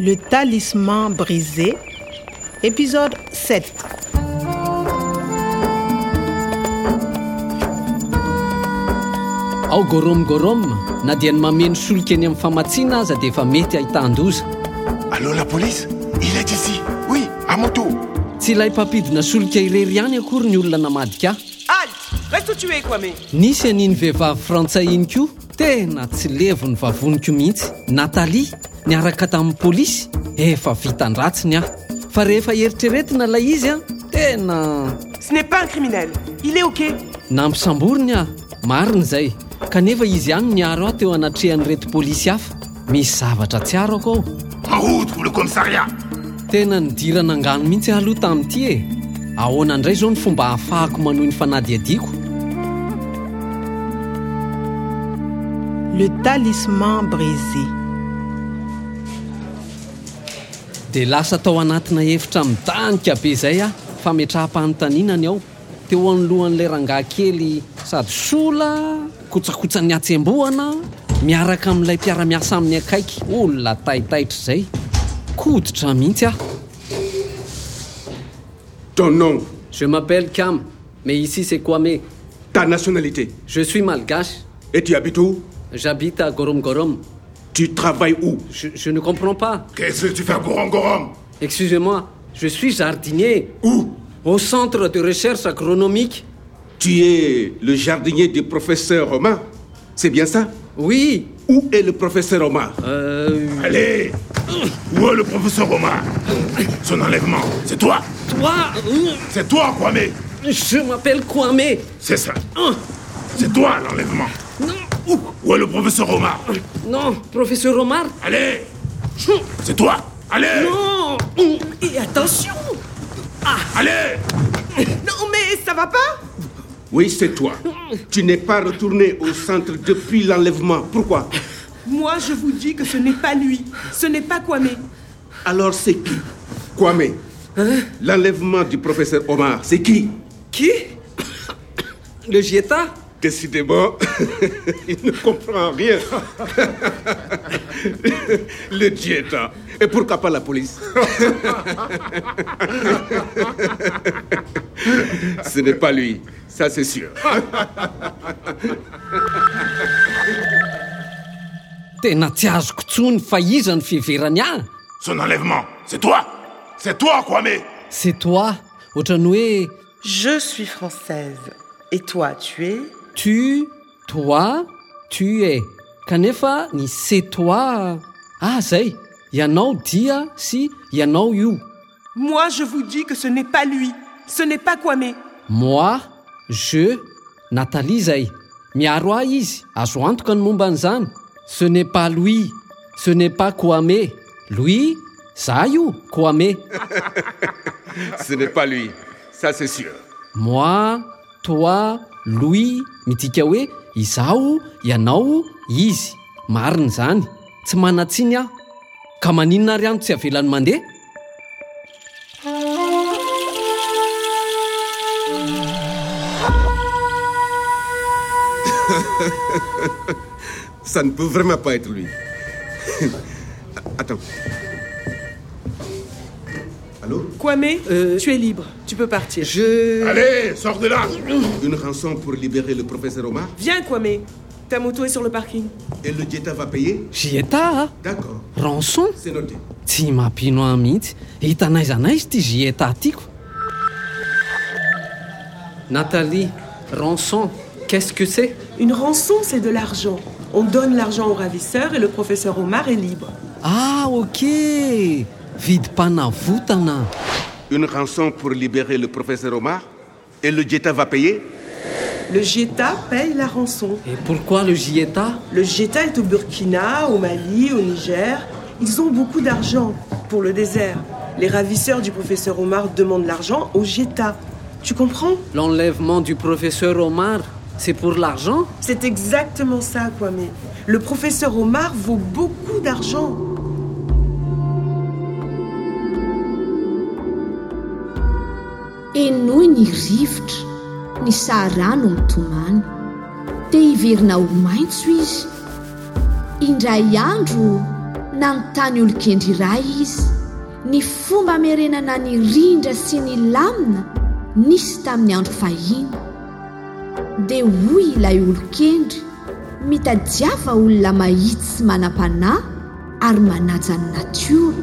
Le talisman brisé, épisode 7. ao goromgorôma na dia ny mameno solika eny amin'ny famatsiana aza dia efa mety ahitan-doza Allô la police Il est ici Oui, à moto tsy ilay mpampidina solika irery ihany akory ny olona namadika ahy Halte Reste où tu es, Kwame nisy aniny vehivavy frantsay iny koa tena tsy levo ny vavoniko mihitsy natalia niaraka tamin'ny pôlisy efa vitan-dratsiny aho fa rehefa eritreretina ilay izy a tena Ce n'est pas un criminel. Il est OK. nampisamborony aho marina izay kanefa izy ihany niaro aho teo anatrehan'ireto pôlisy hafa misy zavatra tsy arako aho En route pour le commissariat tena nidirana angano mihitsy aho aloha tamin'ity e ahoana indray zao ny fomba hahafahako manohy ny fanadiadiako Le talisman brisé. dia lasa tao anatina hevitra midanika be izay aho fametraha-panontanianany aho teo anolohan'ilay rangahy kely sady sola kotsakotsany atsemboana miaraka amin'ilay mpiaramiasa amin'ny akaiky olona taitaitra izay koditra mihitsy aho Ton nom, je m'appelle cam mais ici c'est Kwame ta nationalité, je suis malgache et tu habites où j'habite à Goromgorom Tu travailles où je, je ne comprends pas Qu'est-ce que tu fais à Gorongorom Excusez-moi, je suis jardinier Où au centre de recherche agronomique. Tu es le jardinier du professeur Omar C'est bien ça Oui, Où est le professeur Omar euh, Allez Où est le professeur Omar Son enlèvement, c'est toi toi, euh, C'est toi, Kwame je m'appelle Kwame. C'est ça C'est toi, l'enlèvement Euh. Non, Où Où est le professeur Omar non, professeur Omar, Allez C'est toi Allez Oh, non. Et attention, Allez Non, mais ça va pas Oui, c'est toi. Tu n'es pas retourné au centre depuis l'enlèvement. Pourquoi Moi, je vous dis que ce n'est pas lui. Ce n'est pas Kwame. Alors c'est qui Kwame. L'enlèvement du professeur Omar, c'est qui qui Le Gieta Décidément, il ne comprend rien. le dieta. Et pourquoi pas la police Ce n'est pas lui, ça c'est sûr. tena tsy azoko tsony fa iza ny fiheverany ahy Son enlèvement, c'est toi C'est toi, Kwame c'est toi ohatrany hoe Je suis française. Et toi, tu es tu toi tu es kanefa ny c'est toi ah zay ianao dia sy ianao io Moi, je vous dis que ce n'est pas lui. Ce n'est pas Kwame. moi je natalia zay miaro ahy izy azo antoka ny momba an'izany ce n'est pas lui ce n'est pas koame lui za io koame Ce n'est pas lui, ça c'est sûr. moi toi lui midika hoe izaho ianao izy marina izany tsy manatsiny aho ka maninona ary anto tsy havelany mandeha Ça ne peut vraiment pas être lui. Attends. Allô Kwame, tu es libre. Tu peux partir. je Allez, sors de là Une rançon pour libérer le professeur Omar Viens, Kwame. Ta moto est sur le parking. et le dieta va payer gieta D'accord, hein. rançon c'est noté. tsy mampino ahy mihitsy hitanaiza izy ty gieta tiako natalie rançon qu'est-ce que c'est Une rançon, c'est de l'argent. On donne l'argent au ravisseur et le professeur Omar est libre. ah ok vidim-panavotana Une rançon pour libérer le professeur Omar et le dieta va payer Le Geta paye la rançon. et pourquoi le gieta Le Geta est au Burkina, au Mali, au Niger. Ils ont beaucoup d'argent pour le désert. Les ravisseurs du professeur Omar demandent l'argent au Geta. Tu comprends l'enlèvement du professeur omar c'est pour l'argent C'est exactement ça, Kwame. Le professeur Omar vaut beaucoup d'argent. enoy ny rivotra ny sarano mitomana te hiverina ho maitso izy indray andro nanontany olon-kendry iray izy ny fomba merenana ny rindra sy ny lamina nisy tamin'ny andro fahiny dia hoy ilay olon-kendry mitadiava olona mahitsy sy manam-panahy ary manaja ny natiora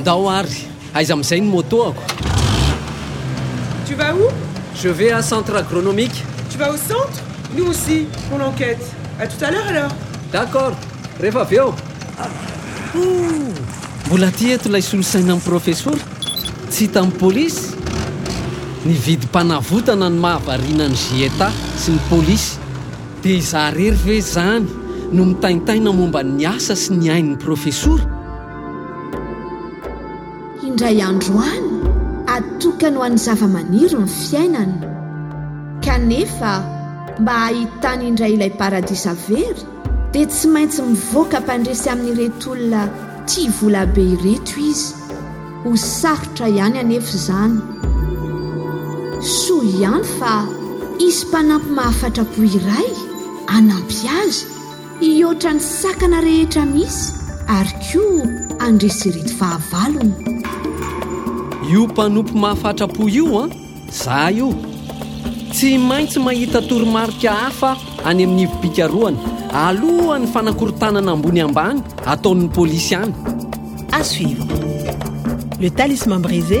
ndao ary aiza amin'izay ny moto ako Tu vas où je vais à centre agronomique Tu vas au centre Nous aussi, pour l'enquête. À tout à l'heure alors. d'accord rehefa avy eo Ouh, mbola ty eto ilay solosaina amin'ny profesora tsy hita amin'ny pôlisy ny vidim-panavotana ny mahavariana ny zieta sy ny pôlisy dia izaha rery ve zany no mitaintaina momba ny asa sy ny ain'ny profesora indray andro any atokany ho an'ny zava-maniry ny fiainana kanefa mba hahitany indray ilay paradisa very dia tsy maintsy mivoaka mpandresy amin'ireto olona tia volabe ireto izy ho sarotra ihany anefa izany soa ihany fa isy mpanampy mahafatra-po iray anampy azy hihoatra ny sakana rehetra misy ary koa andresy ireto fahavalony io mpanompo mahafatra-po io a za io tsy maintsy mahita toromarika hafa any amin'ny ivo-pikaroany alohan'ny fanakorontanana ambony ambany ataon'ny pôlisy any À suivre. Le Talisman brisé,